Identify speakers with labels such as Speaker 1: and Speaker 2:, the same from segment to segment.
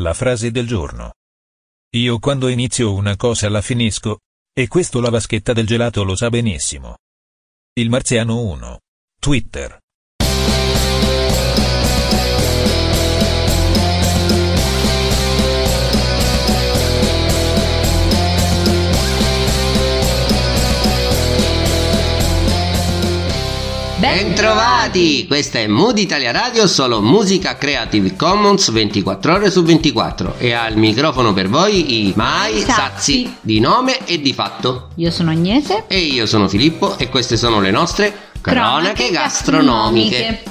Speaker 1: La frase del giorno. Io quando inizio una cosa la finisco, e questo la vaschetta del gelato lo sa benissimo. Il Marziano 1. Twitter.
Speaker 2: Bentrovati! Questa è Mood Italia Radio, solo musica Creative Commons 24 ore su 24 e al microfono per voi i Mai Sazzi di nome e di fatto.
Speaker 3: Io sono Agnese.
Speaker 2: E io sono Filippo e queste sono le nostre cronache gastronomiche.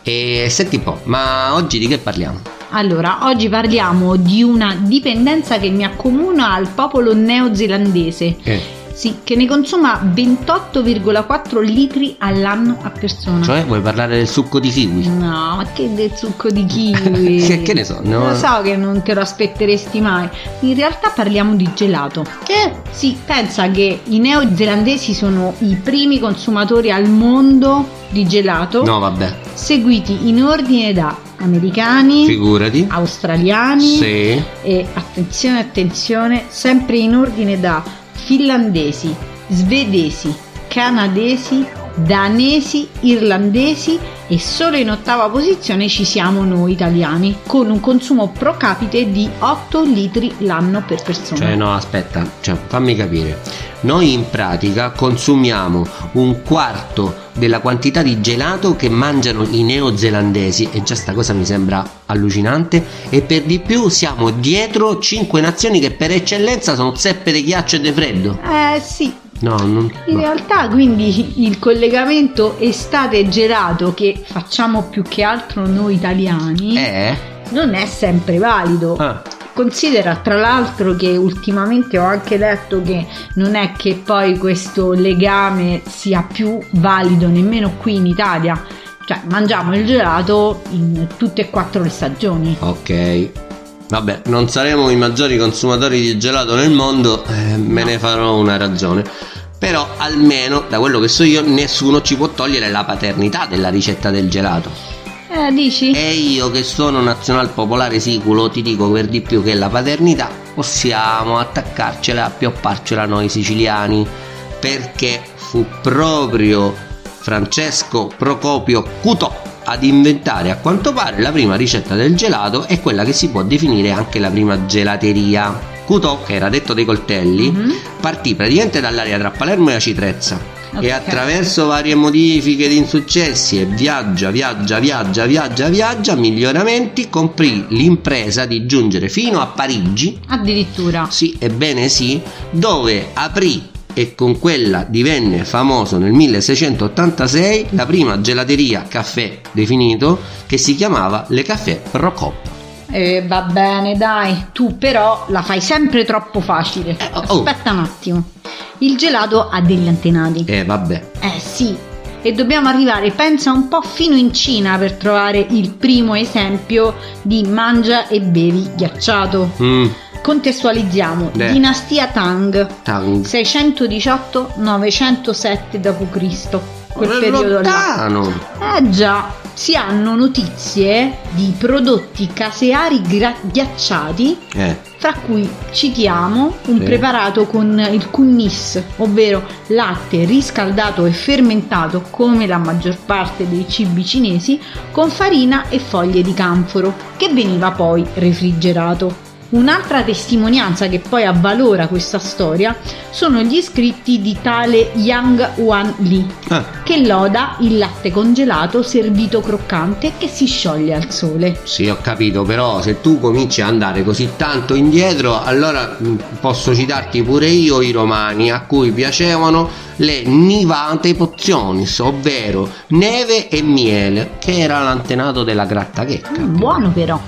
Speaker 2: E senti un po', ma oggi di che parliamo?
Speaker 3: Allora, oggi parliamo di una dipendenza che mi accomuna al popolo neozelandese.
Speaker 2: Eh,
Speaker 3: Sì, che ne consuma 28,4 litri all'anno a persona.
Speaker 2: cioè, vuoi parlare del succo di kiwi?
Speaker 3: No, ma che del succo di kiwi.
Speaker 2: Che- che ne so, no?
Speaker 3: Lo so che non te lo aspetteresti mai. In realtà parliamo di gelato.
Speaker 2: Eh,
Speaker 3: Sì, pensa che i neozelandesi sono i primi consumatori al mondo di gelato,
Speaker 2: No, vabbè,
Speaker 3: seguiti in ordine da americani,
Speaker 2: figurati.
Speaker 3: australiani
Speaker 2: Sì.
Speaker 3: e attenzione attenzione, sempre in ordine da finlandesi, svedesi, canadesi, danesi, irlandesi e solo in ottava posizione ci siamo noi italiani con un consumo pro capite di 8 litri l'anno per persona.
Speaker 2: Cioè no, aspetta, cioè, fammi capire. Noi in pratica consumiamo un quarto della quantità di gelato che mangiano i neozelandesi e già sta cosa mi sembra allucinante e per di più siamo dietro cinque nazioni che per eccellenza sono zeppe di ghiaccio e di freddo.
Speaker 3: Eh sì,
Speaker 2: No, non
Speaker 3: In
Speaker 2: no.
Speaker 3: realtà quindi il collegamento estate gelato che facciamo più che altro noi italiani
Speaker 2: Eh?
Speaker 3: non è sempre valido.
Speaker 2: Ah,
Speaker 3: Considera tra l'altro che ultimamente ho anche detto che non è che poi questo legame sia più valido nemmeno qui in Italia. Cioè mangiamo il gelato in tutte e quattro le stagioni.
Speaker 2: ok. Vabbè, non saremo i maggiori consumatori di gelato nel mondo, eh, me ne farò una ragione. Però almeno, da quello che so io, nessuno ci può togliere la paternità della ricetta del gelato.
Speaker 3: Eh, dici?
Speaker 2: E io che sono nazionalpopolare siculo, ti dico per di più che la paternità possiamo attaccarcela, appiopparcela noi siciliani, perché fu proprio Francesco Procopio Cutò ad inventare a quanto pare la prima ricetta del gelato e quella che si può definire anche la prima gelateria. Cutò, che era detto dei coltelli,
Speaker 3: Mhm.
Speaker 2: partì praticamente dall'area tra Palermo e la Citrezza
Speaker 3: Ok.
Speaker 2: e attraverso varie modifiche di insuccessi e viaggia, viaggia, viaggia, viaggia, viaggia, miglioramenti, comprì l'impresa di giungere fino a Parigi,
Speaker 3: Addirittura.
Speaker 2: sì, ebbene sì, dove aprì e con quella divenne famoso nel 1686 la prima gelateria caffè definito che si chiamava Le Caffè Procoppa.
Speaker 3: Eh, va bene, dai, tu però la fai sempre troppo facile.
Speaker 2: Eh, oh, oh.
Speaker 3: Aspetta un attimo. Il gelato ha degli antenati.
Speaker 2: E vabbè,
Speaker 3: Eh sì, e dobbiamo arrivare, pensa un po' fino in Cina per trovare il primo esempio di mangia e bevi ghiacciato.
Speaker 2: mm,
Speaker 3: Contestualizziamo,
Speaker 2: Beh.
Speaker 3: dinastia Tang,
Speaker 2: tang.
Speaker 3: 618-907 d.C. Quel
Speaker 2: È
Speaker 3: periodo là.
Speaker 2: lontano.
Speaker 3: Eh già, si hanno notizie di prodotti caseari gra- ghiacciati,
Speaker 2: Eh,
Speaker 3: fra cui citiamo un
Speaker 2: Sì.
Speaker 3: preparato con il cunnis, ovvero latte riscaldato e fermentato come la maggior parte dei cibi cinesi, con farina e foglie di canforo, che veniva poi refrigerato. Un'altra testimonianza che poi avvalora questa storia sono gli scritti di tale Yang Wan Li,
Speaker 2: ah,
Speaker 3: che loda il latte congelato servito croccante che si scioglie al sole.
Speaker 2: Sì, ho capito, però se tu cominci ad andare così tanto indietro, allora mh, posso citarti pure io i romani a cui piacevano le nivate pozionis, ovvero neve e miele, che era l'antenato della grattachecca.
Speaker 3: Mm, Buono però.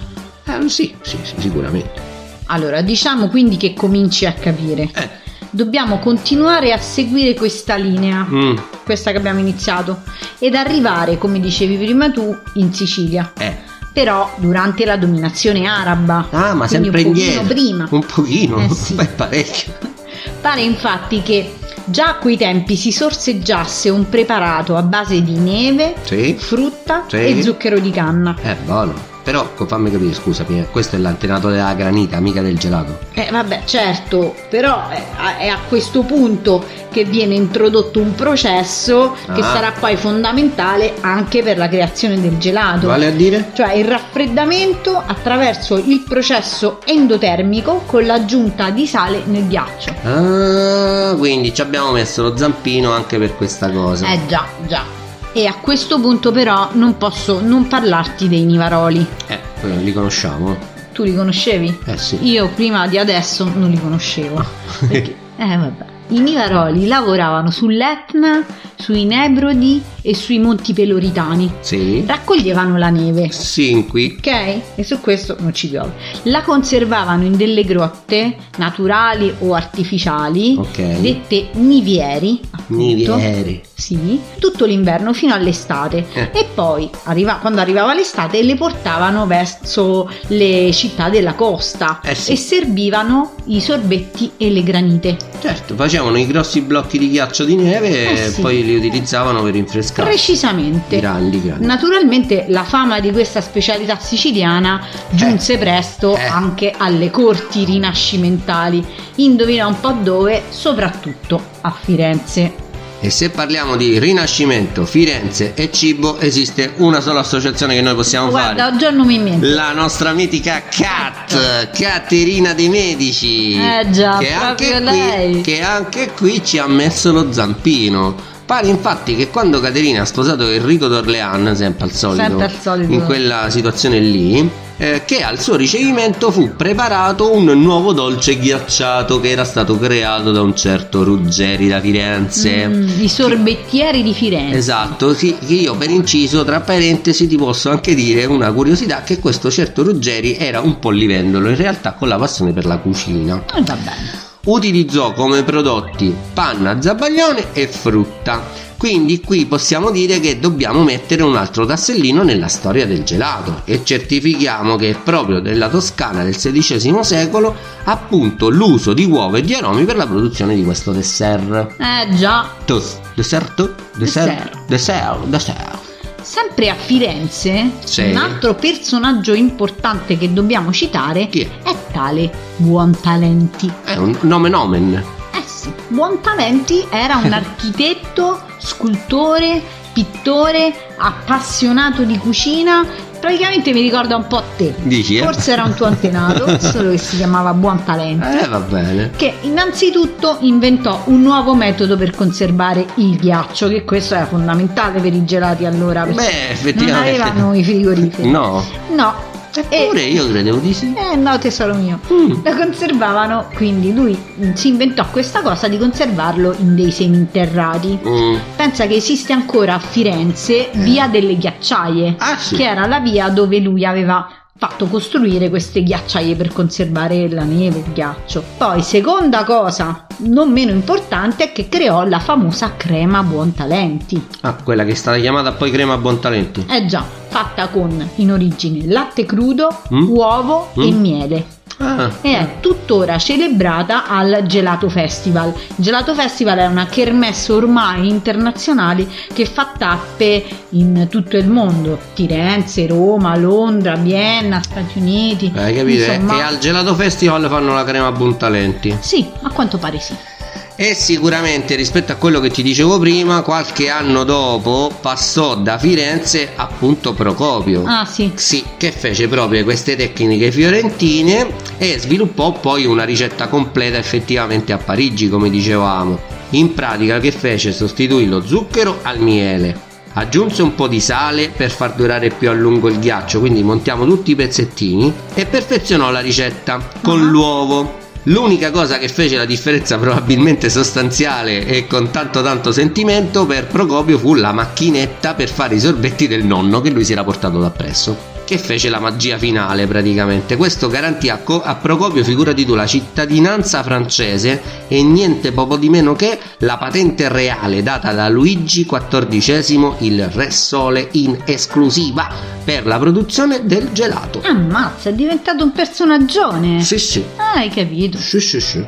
Speaker 2: Eh, sì, sì, sì, sicuramente.
Speaker 3: Allora, diciamo quindi che cominci a capire.
Speaker 2: Eh.
Speaker 3: Dobbiamo continuare a seguire questa linea,
Speaker 2: Mm,
Speaker 3: questa che abbiamo iniziato, ed arrivare, come dicevi prima tu, in Sicilia.
Speaker 2: eh.
Speaker 3: Però durante la dominazione araba.
Speaker 2: Ah,
Speaker 3: Quindi
Speaker 2: ma sempre
Speaker 3: un pochino
Speaker 2: indietro.
Speaker 3: prima.
Speaker 2: Un pochino,
Speaker 3: Eh, sì.
Speaker 2: beh, parecchio.
Speaker 3: Pare infatti che già a quei tempi si sorseggiasse un preparato a base di neve,
Speaker 2: Sì,
Speaker 3: frutta
Speaker 2: Sì.
Speaker 3: e zucchero di canna.
Speaker 2: è Eh, buono. Però co- fammi capire, scusami, eh, questo è l'antenato della granita, mica del gelato.
Speaker 3: Eh vabbè, certo, però è a, è a questo punto che viene introdotto un processo che
Speaker 2: Ah.
Speaker 3: sarà poi fondamentale anche per la creazione del gelato.
Speaker 2: Vale a dire?
Speaker 3: Cioè il raffreddamento attraverso il processo endotermico con l'aggiunta di sale nel ghiaccio.
Speaker 2: Ah, quindi ci abbiamo messo lo zampino anche per questa cosa.
Speaker 3: Eh già, già. E a questo punto però non posso non parlarti dei Nivaroli.
Speaker 2: Eh, quello li conosciamo.
Speaker 3: Tu li conoscevi?
Speaker 2: Eh sì.
Speaker 3: Io prima di adesso non li conoscevo. Perché- eh, vabbè. I Nivaroli lavoravano sull'Etna, sui Nebrodi e sui Monti Peloritani.
Speaker 2: sì.
Speaker 3: Raccoglievano la neve.
Speaker 2: Sinqui.
Speaker 3: Ok? E su questo non ci piove. La conservavano in delle grotte naturali o artificiali,
Speaker 2: Ok. eh,
Speaker 3: dette nivieri, appunto.
Speaker 2: Nivieri.
Speaker 3: Sì, tutto l'inverno fino all'estate
Speaker 2: Eh.
Speaker 3: e poi arriva- quando arrivava l'estate le portavano verso le città della costa
Speaker 2: Eh sì.
Speaker 3: e servivano i sorbetti e le granite.
Speaker 2: Certo, facevano i grossi blocchi di ghiaccio di neve
Speaker 3: Eh
Speaker 2: e
Speaker 3: sì.
Speaker 2: poi li utilizzavano per rinfrescare.
Speaker 3: Precisamente.
Speaker 2: Grandi, grandi.
Speaker 3: Naturalmente la fama di questa specialità siciliana giunse presto
Speaker 2: Eh.
Speaker 3: anche alle corti rinascimentali, indovina un po' dove, soprattutto a Firenze.
Speaker 2: E se parliamo di Rinascimento, Firenze e cibo, esiste una sola associazione che noi possiamo
Speaker 3: Guarda,
Speaker 2: fare.
Speaker 3: ho già il nome in mente.
Speaker 2: La nostra mitica Cat, Caterina De Medici.
Speaker 3: Eh già,
Speaker 2: che anche,
Speaker 3: proprio
Speaker 2: qui,
Speaker 3: lei.
Speaker 2: che anche qui ci ha messo lo zampino. Pare infatti che quando Caterina ha sposato Enrico d'Orlean, sempre al solito,
Speaker 3: Sempre al solito.
Speaker 2: in quella situazione lì, eh, che al suo ricevimento fu preparato un nuovo dolce ghiacciato che era stato creato da un certo Ruggeri da Firenze.
Speaker 3: Mm, I sorbettieri di Firenze.
Speaker 2: Esatto, sì, che io per inciso, tra parentesi, ti posso anche dire una curiosità che questo certo Ruggeri era un pollivendolo, in realtà con la passione per la cucina.
Speaker 3: Eh, Va bene.
Speaker 2: Utilizzò come prodotti panna, zabaglione e frutta. Quindi qui possiamo dire che dobbiamo mettere un altro tassellino nella storia del gelato e certifichiamo che è proprio della Toscana del XVI secolo appunto l'uso di uova e di aromi per la produzione di questo dessert.
Speaker 3: Eh già,
Speaker 2: Toast, deserto, dessert, dessert, dessert.
Speaker 3: sempre a Firenze,
Speaker 2: Sì.
Speaker 3: un altro personaggio importante che dobbiamo citare
Speaker 2: Chi è?
Speaker 3: è tale Buontalenti.
Speaker 2: È un nome nomen.
Speaker 3: Eh sì, Buontalenti era un architetto, scultore, pittore, appassionato di cucina, praticamente mi ricorda un po' te.
Speaker 2: Dici, eh?
Speaker 3: Forse era un tuo antenato, solo che si chiamava Buontalenti.
Speaker 2: Eh, va bene.
Speaker 3: che innanzitutto inventò un nuovo metodo per conservare il ghiaccio, che questo era fondamentale per i gelati allora, perché
Speaker 2: Beh,
Speaker 3: non
Speaker 2: effettivamente.
Speaker 3: avevano i frigoriferi.
Speaker 2: No.
Speaker 3: No.
Speaker 2: Eppure io credevo di sì.
Speaker 3: Eh no, tesoro mio.
Speaker 2: Mm.
Speaker 3: Lo conservavano, quindi lui mm, si inventò questa cosa di conservarlo in dei seminterrati.
Speaker 2: Mm.
Speaker 3: Pensa che esiste ancora a Firenze Via delle Ghiacciaie,
Speaker 2: Ah, Eh. sì.
Speaker 3: che era la via dove lui aveva fatto costruire queste ghiacciaie per conservare la neve, il ghiaccio. Poi, seconda cosa, non meno importante, è che creò la famosa crema Buontalenti.
Speaker 2: Ah, quella che è stata chiamata poi crema Bontalenti.
Speaker 3: È già fatta con in origine latte crudo,
Speaker 2: Mm.
Speaker 3: uovo e
Speaker 2: Mm.
Speaker 3: miele.
Speaker 2: Ah.
Speaker 3: E è tuttora celebrata al Gelato Festival. Il Gelato Festival è una kermesse ormai internazionale che fa tappe in tutto il mondo: Firenze, Roma, Londra, Vienna, Stati Uniti.
Speaker 2: Hai capito? eh?
Speaker 3: Insomma,
Speaker 2: E al Gelato Festival fanno la crema Bontalenti.
Speaker 3: Sì, a quanto pare sì.
Speaker 2: E sicuramente rispetto a quello che ti dicevo prima, qualche anno dopo passò da Firenze appunto Procopio.
Speaker 3: Ah, sì.
Speaker 2: Sì, che fece proprio queste tecniche fiorentine e sviluppò poi una ricetta completa effettivamente a Parigi, come dicevamo. In pratica che fece sostituì lo zucchero al miele. Aggiunse un po' di sale per far durare più a lungo il ghiaccio, quindi montiamo tutti i pezzettini e perfezionò la ricetta con
Speaker 3: Ah.
Speaker 2: l'uovo. L'unica cosa che fece la differenza probabilmente sostanziale e con tanto tanto sentimento per Procopio fu la macchinetta per fare i sorbetti del nonno che lui si era portato da presso. Che fece la magia finale praticamente. Questo garantì a, Co- a Procopio, figurati tu, la cittadinanza francese e niente poco di meno che la patente reale data da Luigi XIV, il Re Sole, in esclusiva per la produzione del gelato.
Speaker 3: Ammazza, è diventato un personaggione.
Speaker 2: Sì, sì,
Speaker 3: Ah, hai capito.
Speaker 2: sì, sì, sì.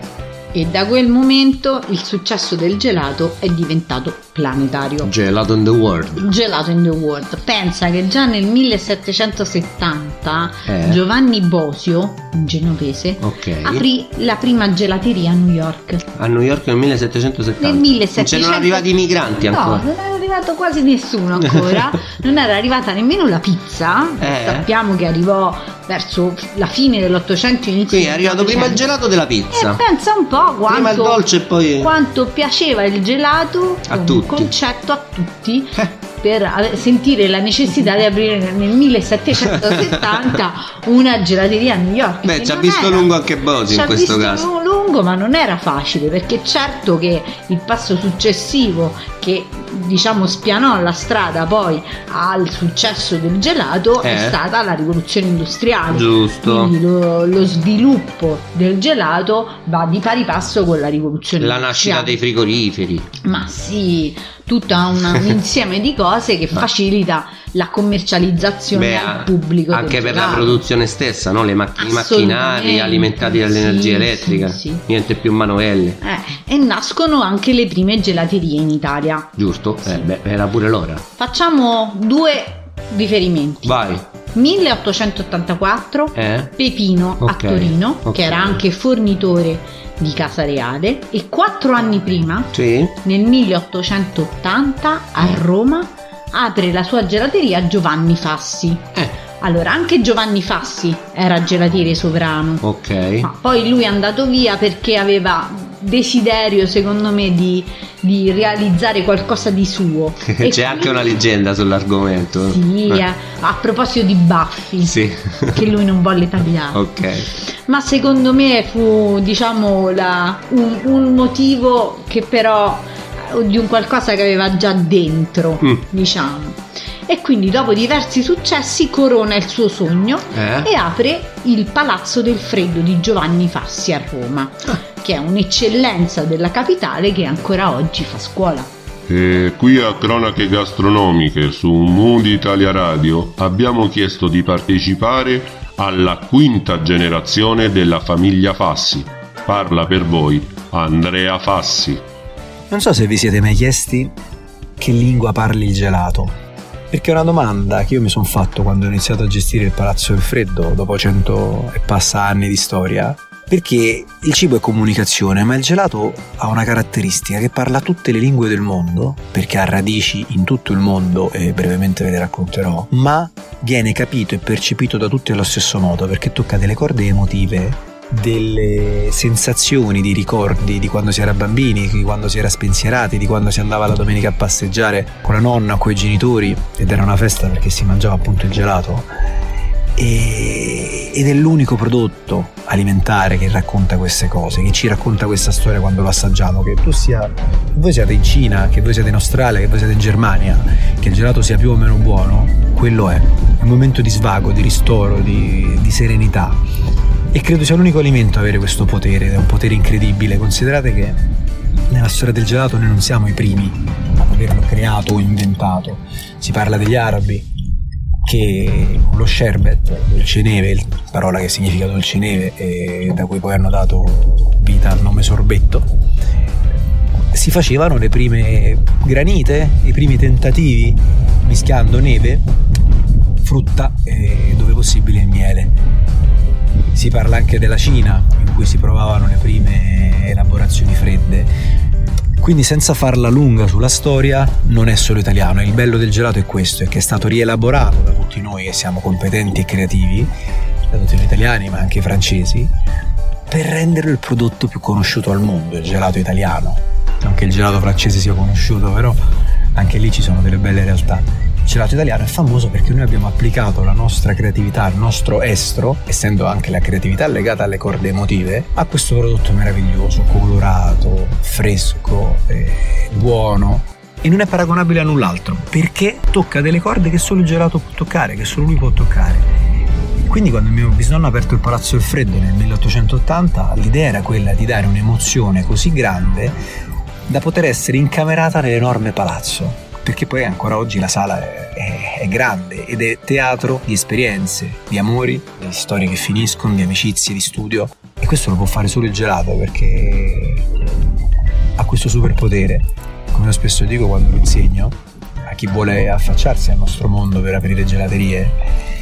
Speaker 3: e da quel momento il successo del gelato è diventato planetario.
Speaker 2: Gelato in the world.
Speaker 3: Gelato in the World. Pensa che già nel 1770
Speaker 2: Eh.
Speaker 3: Giovanni Bosio, un genovese,
Speaker 2: Ok.
Speaker 3: aprì la prima gelateria a New York.
Speaker 2: A New York nel 1770.
Speaker 3: Nel 1700
Speaker 2: Non c'erano arrivati i migranti
Speaker 3: No,
Speaker 2: ancora.
Speaker 3: non era arrivato quasi nessuno ancora, non era arrivata nemmeno la pizza,
Speaker 2: Eh.
Speaker 3: sappiamo che arrivò verso la fine dell'Ottocento, inizio
Speaker 2: Quindi è
Speaker 3: del
Speaker 2: arrivato prima il
Speaker 3: Novecento.
Speaker 2: gelato della
Speaker 3: E
Speaker 2: pizza.
Speaker 3: pensa un po' Eh, quanto,
Speaker 2: prima il dolce e poi.
Speaker 3: quanto piaceva il gelato
Speaker 2: A
Speaker 3: come
Speaker 2: tutti.
Speaker 3: concetto a tutti
Speaker 2: Eh.
Speaker 3: per ave- sentire la necessità di aprire nel- nel 1770 una gelateria a New York.
Speaker 2: Beh,
Speaker 3: che
Speaker 2: ci ha
Speaker 3: non
Speaker 2: visto
Speaker 3: era-
Speaker 2: lungo anche Bosi
Speaker 3: ci
Speaker 2: in
Speaker 3: ha
Speaker 2: questo
Speaker 3: visto
Speaker 2: caso.
Speaker 3: lu- lungo, ma non era facile perché certo che il passo successivo che diciamo spianò la strada poi al successo del gelato è
Speaker 2: Eh.
Speaker 3: stata la rivoluzione industriale.
Speaker 2: Giusto.
Speaker 3: Quindi lo, lo sviluppo del gelato va di pari passo con la rivoluzione
Speaker 2: La nascita dei
Speaker 3: industriale.
Speaker 2: frigoriferi.
Speaker 3: Ma sì, tutto una- un insieme di cose che
Speaker 2: Ma-
Speaker 3: facilita la commercializzazione
Speaker 2: Ah. Beh,
Speaker 3: al pubblico. del
Speaker 2: Anche per la
Speaker 3: gelato.
Speaker 2: produzione stessa, no? Le mac- i macchinari
Speaker 3: Assolutamente,
Speaker 2: alimentati dall'energia
Speaker 3: sì,
Speaker 2: elettrica.
Speaker 3: sì, sì.
Speaker 2: Niente più manovelle.
Speaker 3: Eh, e nascono anche le prime gelaterie in Italia.
Speaker 2: Giusto?
Speaker 3: Sì.
Speaker 2: Eh, beh, era pure l'ora.
Speaker 3: Facciamo due riferimenti.
Speaker 2: Vai.
Speaker 3: 1884
Speaker 2: Eh?
Speaker 3: Pepino a
Speaker 2: Ok,
Speaker 3: Torino,
Speaker 2: ok.
Speaker 3: che era anche fornitore di Casa Reale, e quattro anni prima
Speaker 2: Sì.
Speaker 3: Nel 1880 a Roma apre la sua gelateria Giovanni Fassi.
Speaker 2: Eh.
Speaker 3: Allora, anche Giovanni Fassi era gelatiere sovrano,
Speaker 2: Ok.
Speaker 3: ma poi lui è andato via perché aveva desiderio, secondo me, di, di realizzare qualcosa di suo. E
Speaker 2: C'è anche una
Speaker 3: quindi-
Speaker 2: leggenda sull'argomento.
Speaker 3: Sì,
Speaker 2: Eh,
Speaker 3: eh, a proposito di baffi,
Speaker 2: sì.
Speaker 3: che lui non volle tagliare.
Speaker 2: ok.
Speaker 3: Ma secondo me fu, diciamo, la- un, un motivo che però eh, di un qualcosa che aveva già dentro,
Speaker 2: Mm.
Speaker 3: diciamo. E quindi dopo diversi successi corona il suo sogno
Speaker 2: Eh?
Speaker 3: e apre il Palazzo del Freddo di Giovanni Fassi a Roma,
Speaker 2: Ah.
Speaker 3: che è un'eccellenza della capitale che ancora oggi fa scuola.
Speaker 4: E qui a Cronache Gastronomiche su Mood Italia Radio abbiamo chiesto di partecipare alla quinta generazione della famiglia Fassi. Parla per voi Andrea Fassi.
Speaker 5: Non so se vi siete mai chiesti che lingua parli il gelato. Perché è una domanda che io mi sono fatto quando ho iniziato a gestire il Palazzo del Freddo, dopo cento e passa anni di storia. Perché il cibo è comunicazione, ma il gelato ha una caratteristica che parla tutte le lingue del mondo, perché ha radici in tutto il mondo e brevemente ve le racconterò, ma viene capito e percepito da tutti allo stesso modo, perché tocca delle corde emotive delle sensazioni, di ricordi di quando si era bambini, di quando si era spensierati, di quando si andava la domenica a passeggiare con la nonna o con i genitori ed era una festa perché si mangiava appunto il gelato. E- ed è l'unico prodotto alimentare che racconta queste cose, che ci racconta questa storia quando lo assaggiamo, che tu sia, che voi siate in Cina, che voi siete in Australia, che voi siete in Germania, che il gelato sia più o meno buono, quello è. È un momento di svago, di ristoro, di- di serenità. E credo sia l'unico alimento a avere questo potere, ed è un potere incredibile. Considerate che nella storia del gelato noi non siamo i primi ad averlo creato o inventato. Si parla degli arabi che con lo sherbet, dolce neve, il- parola che significa dolce neve e da cui poi hanno dato vita al nome sorbetto, si facevano le prime granite, i primi tentativi mischiando neve, frutta e dove possibile miele. Si parla anche della Cina, in cui si provavano le prime elaborazioni fredde. Quindi senza farla lunga sulla storia, non è solo italiano. Il bello del gelato è questo, è che è stato rielaborato da tutti noi che siamo competenti e creativi, da tutti noi italiani ma anche i francesi, per renderlo il prodotto più conosciuto al mondo, il gelato italiano. Non che il gelato francese sia conosciuto, però anche lì ci sono delle belle realtà. Il gelato italiano è famoso perché noi abbiamo applicato la nostra creatività, il nostro estro, essendo anche la creatività legata alle corde emotive, a questo prodotto meraviglioso, colorato, fresco, eh, buono. E non è paragonabile a null'altro, perché tocca delle corde che solo il gelato può toccare, che solo lui può toccare. Quindi quando mio bisnonno ha aperto il Palazzo del Freddo nel 1880, l'idea era quella di dare un'emozione così grande da poter essere incamerata nell'enorme palazzo. perché poi ancora oggi la sala è, è- è grande ed è teatro di esperienze, di amori, di storie che finiscono, di amicizie, di studio e questo lo può fare solo il gelato perché ha questo superpotere, come io spesso dico quando lo insegno, a chi vuole affacciarsi al nostro mondo per aprire gelaterie.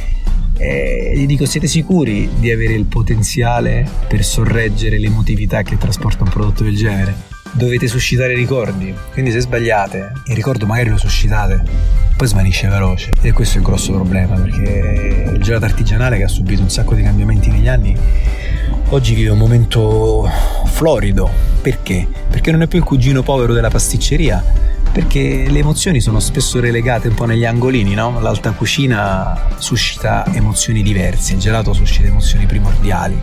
Speaker 5: E gli dico siete sicuri di avere il potenziale per sorreggere l'emotività che trasporta un prodotto del genere? Dovete suscitare ricordi, quindi se sbagliate il ricordo magari lo suscitate, poi svanisce veloce e questo è il grosso problema perché il gelato artigianale che ha subito un sacco di cambiamenti negli anni oggi vive un momento florido, perché? Perché non è più il cugino povero della pasticceria, perché le emozioni sono spesso relegate un po' negli angolini, no? L'alta cucina suscita emozioni diverse, il gelato suscita emozioni primordiali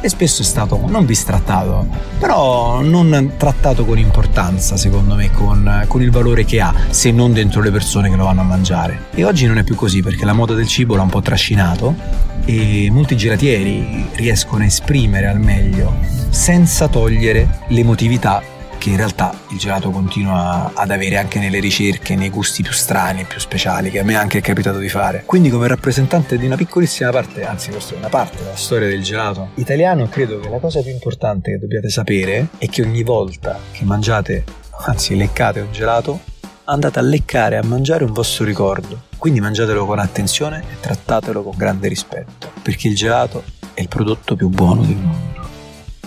Speaker 5: e spesso è stato non bistrattato, però non trattato con importanza, secondo me, con, con il valore che ha, se non dentro le persone che lo vanno a mangiare. E oggi non è più così perché la moda del cibo l'ha un po' trascinato e molti gelatieri riescono a esprimere al meglio senza togliere l'emotività che in realtà il gelato continua ad avere anche nelle ricerche, nei gusti più strani e più speciali, che a me anche è capitato di fare. Quindi come rappresentante di una piccolissima parte, anzi questa è una parte della storia del gelato italiano, credo che la cosa più importante che dobbiate sapere è che ogni volta che mangiate, anzi leccate un gelato, andate a leccare, a mangiare un vostro ricordo. Quindi mangiatelo con attenzione e trattatelo con grande rispetto, perché il gelato è il prodotto più buono del mondo.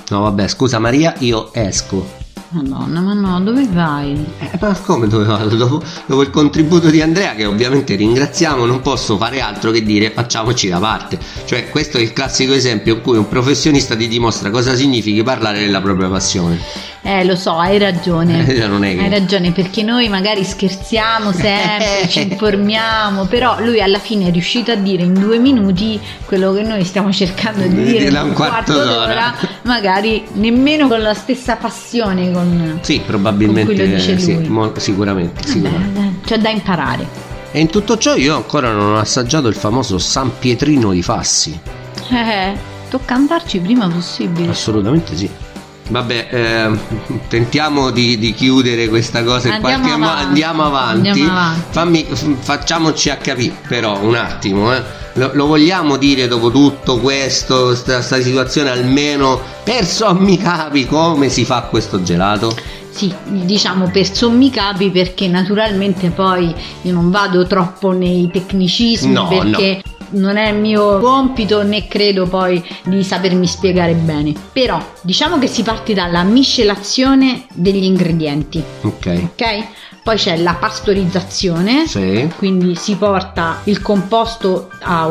Speaker 2: No, vabbè, scusa Maria, io esco.
Speaker 3: Madonna, ma no, dove vai?
Speaker 2: Eh, ma come dove vado? Dopo, dopo il contributo di Andrea, che ovviamente ringraziamo, non posso fare altro che dire facciamoci da parte. Cioè, questo è il classico esempio in cui un professionista ti dimostra cosa significhi parlare della propria passione.
Speaker 3: Eh, lo so, hai ragione.
Speaker 2: Eh, non è che...
Speaker 3: Hai ragione, perché noi magari scherziamo sempre, ci informiamo, però lui alla fine è riuscito a dire in due minuti quello che noi stiamo cercando di
Speaker 2: Dirla
Speaker 3: dire in
Speaker 2: un
Speaker 3: un quarto,
Speaker 2: quarto
Speaker 3: d'ora.
Speaker 2: d'ora.
Speaker 3: magari nemmeno con la stessa passione. Con...
Speaker 2: Sì,
Speaker 3: Con cui lo dice
Speaker 2: probabilmente sì,
Speaker 3: lui.
Speaker 2: mo- sicuramente, sicuramente.
Speaker 3: Beh, beh, C'è da imparare.
Speaker 2: E in tutto ciò io ancora non ho assaggiato il famoso San Pietrino di Fassi.
Speaker 3: Eh, tocca andarci prima possibile.
Speaker 2: Assolutamente sì. Vabbè, ehm, tentiamo di, di chiudere questa cosa in
Speaker 3: Andiamo
Speaker 2: qualche modo.
Speaker 3: avanti.
Speaker 2: Andiamo avanti.
Speaker 3: Andiamo avanti.
Speaker 2: Fammi- f- facciamoci a capire, però, un attimo. eh. Lo, lo vogliamo dire dopo tutto questo, questa situazione, almeno per sommi capi, come si fa questo gelato?
Speaker 3: Sì, diciamo per sommi capi perché naturalmente poi io non vado troppo nei tecnicismi
Speaker 2: No,
Speaker 3: perché non è il mio compito né credo poi di sapermi spiegare bene. Però diciamo che si parte dalla miscelazione degli ingredienti,
Speaker 2: Ok.
Speaker 3: ok? Poi c'è la pastorizzazione,
Speaker 2: Sì.
Speaker 3: quindi si porta il composto a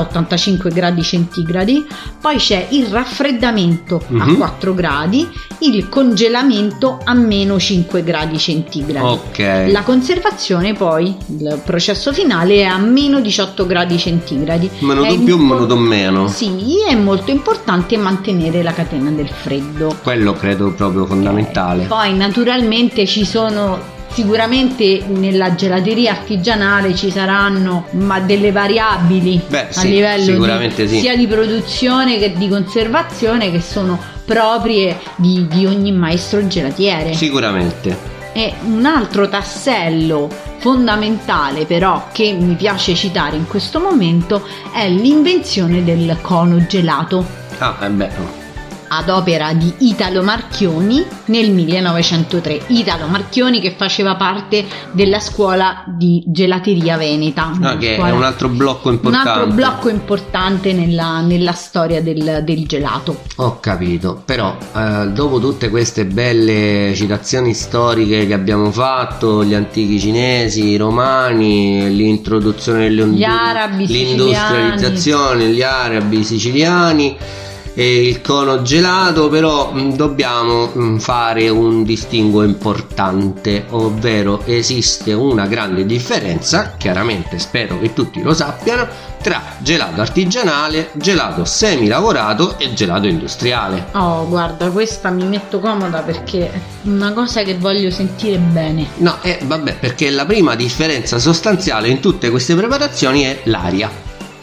Speaker 3: 80-85 gradi centigradi, poi c'è il raffreddamento
Speaker 2: Mhm.
Speaker 3: a 4 gradi, il congelamento a meno 5 gradi centigradi.
Speaker 2: Ok.
Speaker 3: La conservazione poi, il processo finale è a meno 18 gradi centigradi.
Speaker 2: Meno
Speaker 3: È
Speaker 2: tu più,
Speaker 3: impo-
Speaker 2: meno tu meno.
Speaker 3: Sì, è molto importante mantenere la catena del freddo.
Speaker 2: Quello credo proprio fondamentale.
Speaker 3: Poi naturalmente ci sono sicuramente nella gelateria artigianale ci saranno ma delle variabili
Speaker 2: Beh,
Speaker 3: a
Speaker 2: Eh sì,
Speaker 3: livello
Speaker 2: sicuramente
Speaker 3: di,
Speaker 2: sì.
Speaker 3: sia di produzione che di conservazione che sono proprie di, di ogni maestro gelatiere.
Speaker 2: Sicuramente.
Speaker 3: E un altro tassello fondamentale però che mi piace citare in questo momento è l'invenzione del cono gelato
Speaker 2: Ah, eh beh,
Speaker 3: ad opera di Italo Marchioni nel 1903. Italo Marchioni che faceva parte della scuola di gelateria veneta.
Speaker 2: no,
Speaker 3: una
Speaker 2: Ah, che è
Speaker 3: scuola-
Speaker 2: un altro blocco
Speaker 3: Mm, un
Speaker 2: importante.
Speaker 3: altro blocco importante nella, nella storia del, del gelato.
Speaker 2: Ho capito, però eh, dopo tutte queste belle citazioni storiche che abbiamo fatto, gli antichi cinesi, i romani, l'introduzione delle
Speaker 3: Gli
Speaker 2: onde-
Speaker 3: arabi, i
Speaker 2: l'industrializzazione, gli arabi, i siciliani e il cono gelato, però mh, dobbiamo mh, fare un distinguo importante, ovvero esiste una grande differenza, chiaramente spero che tutti lo sappiano, tra gelato artigianale, gelato semilavorato e gelato industriale.
Speaker 3: Oh, guarda, questa mi metto comoda perché è una cosa che voglio sentire bene.
Speaker 2: No, eh, vabbè, perché la prima differenza sostanziale in tutte queste preparazioni è l'aria.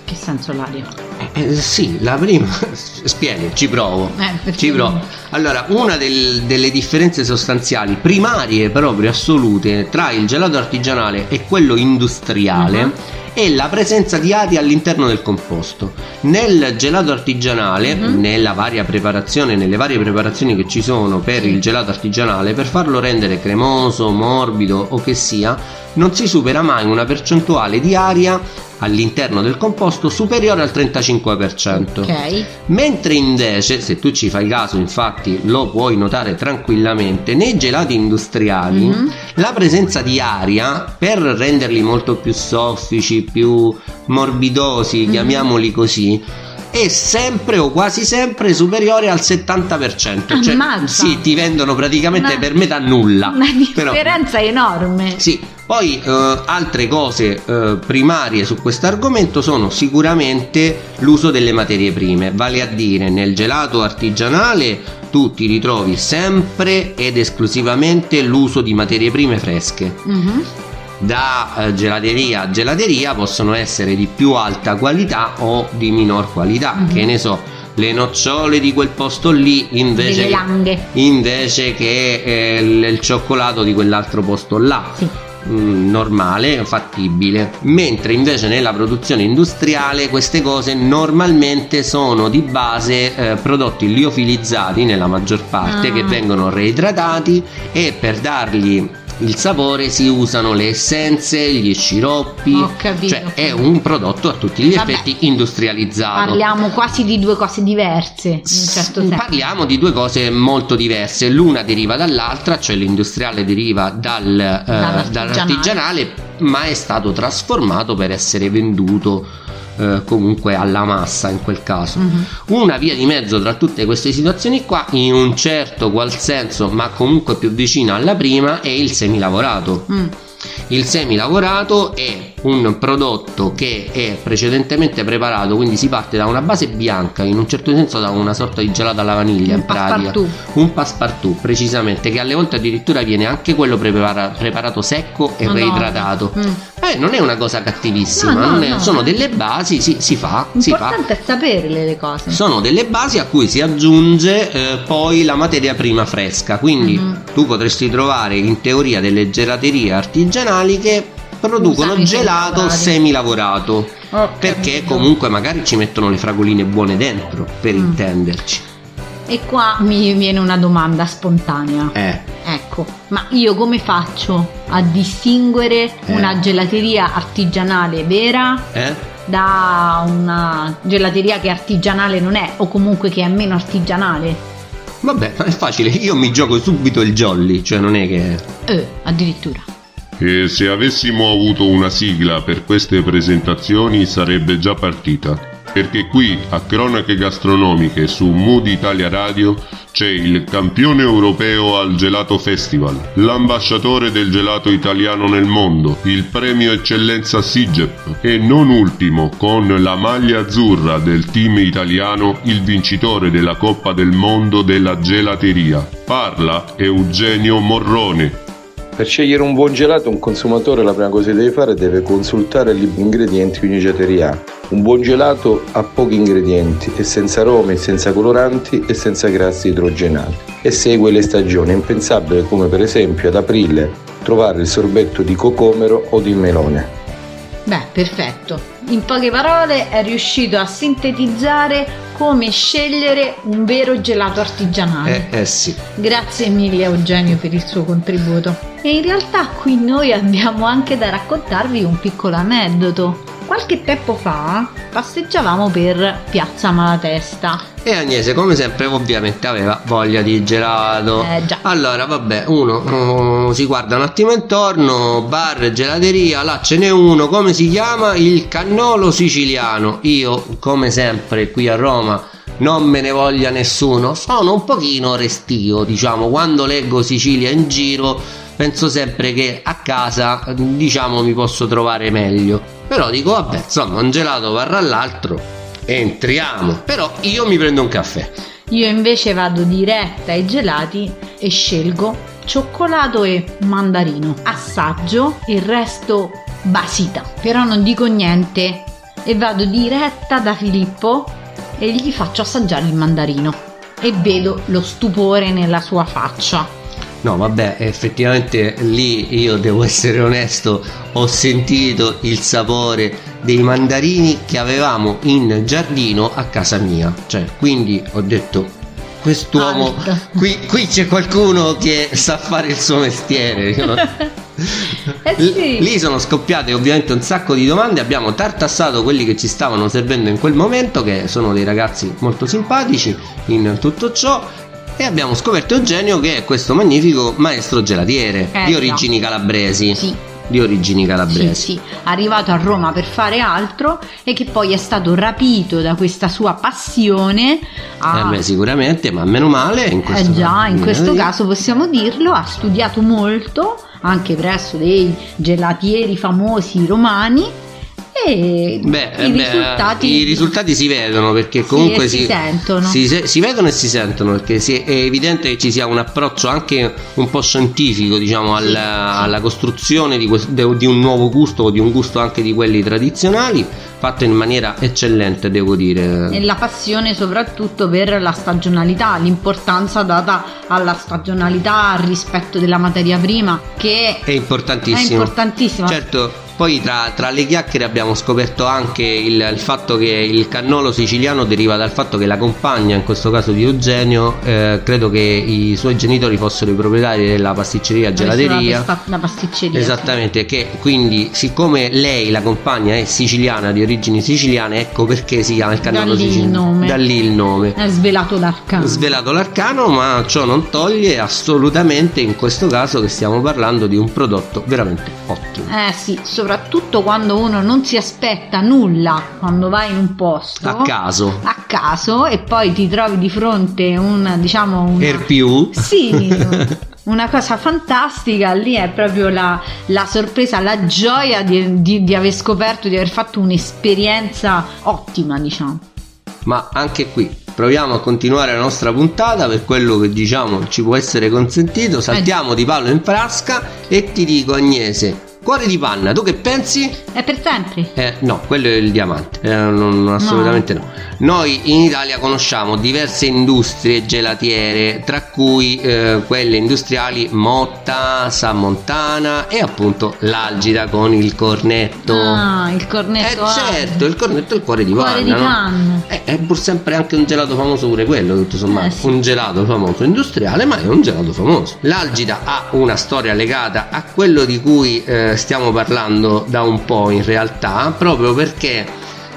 Speaker 3: Che senso l'aria?
Speaker 2: Eh, Eh, sì, la prima, spiego, ci provo.
Speaker 3: Eh, perché-
Speaker 2: Ci provo. Allora, una del- delle differenze sostanziali, primarie proprio assolute, tra il gelato artigianale e quello industriale
Speaker 3: Mhm.
Speaker 2: è la presenza di ari all'interno del composto. Nel gelato artigianale,
Speaker 3: Mhm.
Speaker 2: nella varia preparazione, nelle varie preparazioni che ci sono per
Speaker 3: Sì.
Speaker 2: il gelato artigianale, per farlo rendere cremoso, morbido o che sia, non si supera mai una percentuale di aria all'interno del composto superiore al 35%.
Speaker 3: Ok. Mhm.
Speaker 2: Mentre invece, se tu ci fai caso, infatti lo puoi notare tranquillamente, nei gelati industriali
Speaker 3: Mhm.
Speaker 2: la presenza di aria per renderli molto più soffici, più morbidosi,
Speaker 3: Mhm.
Speaker 2: chiamiamoli così, è sempre o quasi sempre superiore al 70%.
Speaker 3: Ah, Ammazza.
Speaker 2: Cioè, sì, ti vendono praticamente
Speaker 3: Una-
Speaker 2: per metà nulla.
Speaker 3: Una
Speaker 2: Però-
Speaker 3: differenza enorme.
Speaker 2: Sì, poi eh, altre cose eh, primarie su questo argomento sono sicuramente l'uso delle materie prime, vale a dire nel gelato artigianale tu ti ritrovi sempre ed esclusivamente l'uso di materie prime fresche.
Speaker 3: Mhm.
Speaker 2: Da eh, gelateria a gelateria possono essere di più alta qualità o di minor qualità,
Speaker 3: Mhm.
Speaker 2: che ne so, le nocciole di quel posto lì invece
Speaker 3: Delle
Speaker 2: che
Speaker 3: langhe.
Speaker 2: invece che eh, il, il cioccolato di quell'altro posto là.
Speaker 3: Sì.
Speaker 2: Mm, normale, fattibile. Mentre invece nella produzione industriale queste cose normalmente sono di base eh, prodotti liofilizzati nella maggior parte
Speaker 3: Ah.
Speaker 2: che vengono reidratati e per dargli il sapore si usano le essenze, gli sciroppi.
Speaker 3: Ho capito.
Speaker 2: Cioè è un prodotto a tutti gli
Speaker 3: Vabbè.
Speaker 2: effetti industrializzato.
Speaker 3: Parliamo quasi di due cose diverse, in un certo senso.
Speaker 2: Parliamo di due cose molto diverse, l'una deriva dall'altra, cioè l'industriale deriva dal, eh,
Speaker 3: Dall'artigianale.
Speaker 2: dall'artigianale, ma è stato trasformato per essere venduto eh, comunque alla massa in quel caso.
Speaker 3: Mhm.
Speaker 2: Una via di mezzo tra tutte queste situazioni qua, in un certo qual senso, ma comunque più vicina alla prima, è il semilavorato.
Speaker 3: Mm.
Speaker 2: Il semilavorato è un prodotto che è precedentemente preparato, quindi si parte da una base bianca, in un certo senso da una sorta di gelato alla vaniglia in
Speaker 3: Un
Speaker 2: pratica.
Speaker 3: passepartout.
Speaker 2: Un passepartout precisamente, che alle volte addirittura viene anche quello prepara- preparato secco e
Speaker 3: Madonna.
Speaker 2: reidratato.
Speaker 3: Mm.
Speaker 2: Eh, non è una cosa cattivissima,
Speaker 3: No, no,
Speaker 2: non è-
Speaker 3: no.
Speaker 2: sono delle basi, si, si fa, si fa.
Speaker 3: Importante è saperle le cose.
Speaker 2: Sono delle basi a cui si aggiunge eh, poi la materia prima fresca, quindi
Speaker 3: Mhm.
Speaker 2: tu potresti trovare in teoria delle gelaterie artigianali che producono
Speaker 3: Usano i
Speaker 2: gelato
Speaker 3: semilavorati.
Speaker 2: semilavorato,
Speaker 3: Ho
Speaker 2: perché
Speaker 3: capito.
Speaker 2: comunque magari ci mettono le fragoline buone dentro, per
Speaker 3: Mm.
Speaker 2: intenderci.
Speaker 3: E qua mi viene una domanda spontanea.
Speaker 2: Eh,
Speaker 3: Ecco, ma io come faccio a distinguere
Speaker 2: Eh.
Speaker 3: una gelateria artigianale vera
Speaker 2: eh?
Speaker 3: da una gelateria che artigianale non è o comunque che è meno artigianale?
Speaker 2: Vabbè, ma è facile, io mi gioco subito il jolly, cioè non è che...
Speaker 3: Eh, addirittura.
Speaker 4: E se avessimo avuto una sigla per queste presentazioni sarebbe già partita. Perché qui a Cronache Gastronomiche su Mood Italia Radio c'è il campione europeo al Gelato Festival, l'ambasciatore del gelato italiano nel mondo, il premio eccellenza SIGEP e non ultimo con la maglia azzurra del team italiano il vincitore della Coppa del Mondo della gelateria. Parla Eugenio Morrone.
Speaker 6: Per scegliere un buon gelato, un consumatore la prima cosa che deve fare è deve consultare il libro ingredienti di ogni gelateria. Un buon gelato ha pochi ingredienti, è senza aromi, senza coloranti e senza grassi idrogenati. E segue le stagioni, è impensabile come per esempio ad aprile trovare il sorbetto di cocomero o di melone.
Speaker 3: Beh, perfetto. In poche parole è riuscito a sintetizzare come scegliere un vero gelato artigianale.
Speaker 2: Eh, eh sì.
Speaker 3: Grazie mille a Eugenio per il suo contributo. E in realtà qui noi abbiamo anche da raccontarvi un piccolo aneddoto. Qualche tempo fa passeggiavamo per Piazza Malatesta.
Speaker 2: E Agnese, come sempre, ovviamente aveva voglia di gelato.
Speaker 3: Eh, già.
Speaker 2: Allora, vabbè, uno oh, si guarda un attimo intorno, bar, gelateria, là ce n'è uno, come si chiama? Il cannolo siciliano. Io, come sempre, qui a Roma non me ne voglia nessuno, sono un pochino restio, diciamo, quando leggo Sicilia in giro penso sempre che a casa, diciamo, mi posso trovare meglio. Però dico, vabbè, insomma, un gelato varrà l'altro, entriamo. Però io mi prendo un caffè.
Speaker 3: Io invece vado diretta ai gelati e scelgo cioccolato e mandarino. Assaggio e resto basita. Però non dico niente e vado diretta da Filippo e gli faccio assaggiare il mandarino e vedo lo stupore nella sua faccia.
Speaker 2: No, vabbè, effettivamente lì io devo essere onesto, ho sentito il sapore dei mandarini che avevamo in giardino a casa mia. Cioè, quindi ho detto, quest'uomo,
Speaker 3: Alto.
Speaker 2: qui, qui c'è qualcuno che sa fare il suo mestiere.
Speaker 3: Eh sì.
Speaker 2: L- Lì sono scoppiate ovviamente un sacco di domande, abbiamo tartassato quelli che ci stavano servendo in quel momento, che sono dei ragazzi molto simpatici in tutto ciò, e abbiamo scoperto Eugenio che è questo magnifico maestro gelatiere
Speaker 3: Eh,
Speaker 2: di
Speaker 3: già.
Speaker 2: origini calabresi.
Speaker 3: Sì,
Speaker 2: Di origini
Speaker 3: sì,
Speaker 2: calabresi.
Speaker 3: sì, arrivato a Roma per fare altro e che poi è stato rapito da questa sua passione a
Speaker 2: Eh beh, sicuramente, ma meno male in
Speaker 3: Ah.
Speaker 2: questo
Speaker 3: Eh già, in questo
Speaker 2: eh,
Speaker 3: caso possiamo dirlo, ha studiato molto anche presso dei gelatieri famosi romani e
Speaker 2: Beh, eh
Speaker 3: i,
Speaker 2: beh,
Speaker 3: risultati,
Speaker 2: i risultati si vedono perché
Speaker 3: sì,
Speaker 2: comunque
Speaker 3: e si, sentono.
Speaker 2: Si, se- si vedono e si sentono perché si- è evidente che ci sia un approccio anche un po' scientifico diciamo al-
Speaker 3: Sì, sì.
Speaker 2: alla costruzione di, quest- de- di un nuovo gusto o di un gusto anche di quelli tradizionali fatto in maniera eccellente devo dire
Speaker 3: E la passione soprattutto per la stagionalità, l'importanza data alla stagionalità, al rispetto della materia prima, che
Speaker 2: è
Speaker 3: è
Speaker 2: importantissimo
Speaker 3: importantissima.
Speaker 2: Certo, poi tra, tra le chiacchiere abbiamo scoperto anche il, il fatto che il cannolo siciliano deriva dal fatto che la compagna, in questo caso di Eugenio, eh, credo che i suoi genitori fossero i proprietari della pasticceria
Speaker 3: La,
Speaker 2: gelateria. Esatto,
Speaker 3: pasta- la pasticceria.
Speaker 2: Esattamente, che quindi siccome lei, la compagna, è siciliana, di origini siciliane, ecco perché si chiama il
Speaker 3: Da
Speaker 2: cannolo
Speaker 3: lì il
Speaker 2: siciliano.
Speaker 3: nome. Eh,
Speaker 2: Da lì il nome.
Speaker 3: È svelato l'arcano.
Speaker 2: Svelato l'arcano, ma ciò non toglie assolutamente in questo caso che stiamo parlando di un prodotto veramente ottimo.
Speaker 3: Eh sì, soprattutto quando uno non si aspetta nulla quando vai in un posto
Speaker 2: a caso
Speaker 3: a caso e poi ti trovi di fronte un diciamo una-
Speaker 2: per più
Speaker 3: Sì, una cosa fantastica lì è proprio la, la sorpresa, la gioia di, di- di aver scoperto di aver fatto un'esperienza ottima, diciamo.
Speaker 2: ma anche qui proviamo a continuare la nostra puntata per quello che diciamo ci può essere
Speaker 3: Eh.
Speaker 2: consentito saltiamo di palo in frasca e ti dico Agnese cuore di panna tu che pensi?
Speaker 3: È per sempre.
Speaker 2: Eh, no quello è il diamante Eh, non- non- assolutamente no. noi in Italia conosciamo diverse industrie gelatiere tra cui eh, quelle industriali Motta Sammontana e appunto l'Algida con il cornetto
Speaker 3: Ah, il
Speaker 2: Certo. Eh
Speaker 3: cornetto. ah,
Speaker 2: certo, il cornetto è il cuore di
Speaker 3: cuore di
Speaker 2: panna, no?
Speaker 3: panna.
Speaker 2: Eh, È, pur sempre anche un gelato famoso pure quello, tutto sommato.
Speaker 3: Eh, sì.
Speaker 2: Un gelato famoso industriale, ma è un gelato famoso. L'Algida ha una storia legata a quello di cui eh, stiamo parlando da un po' in realtà, proprio perché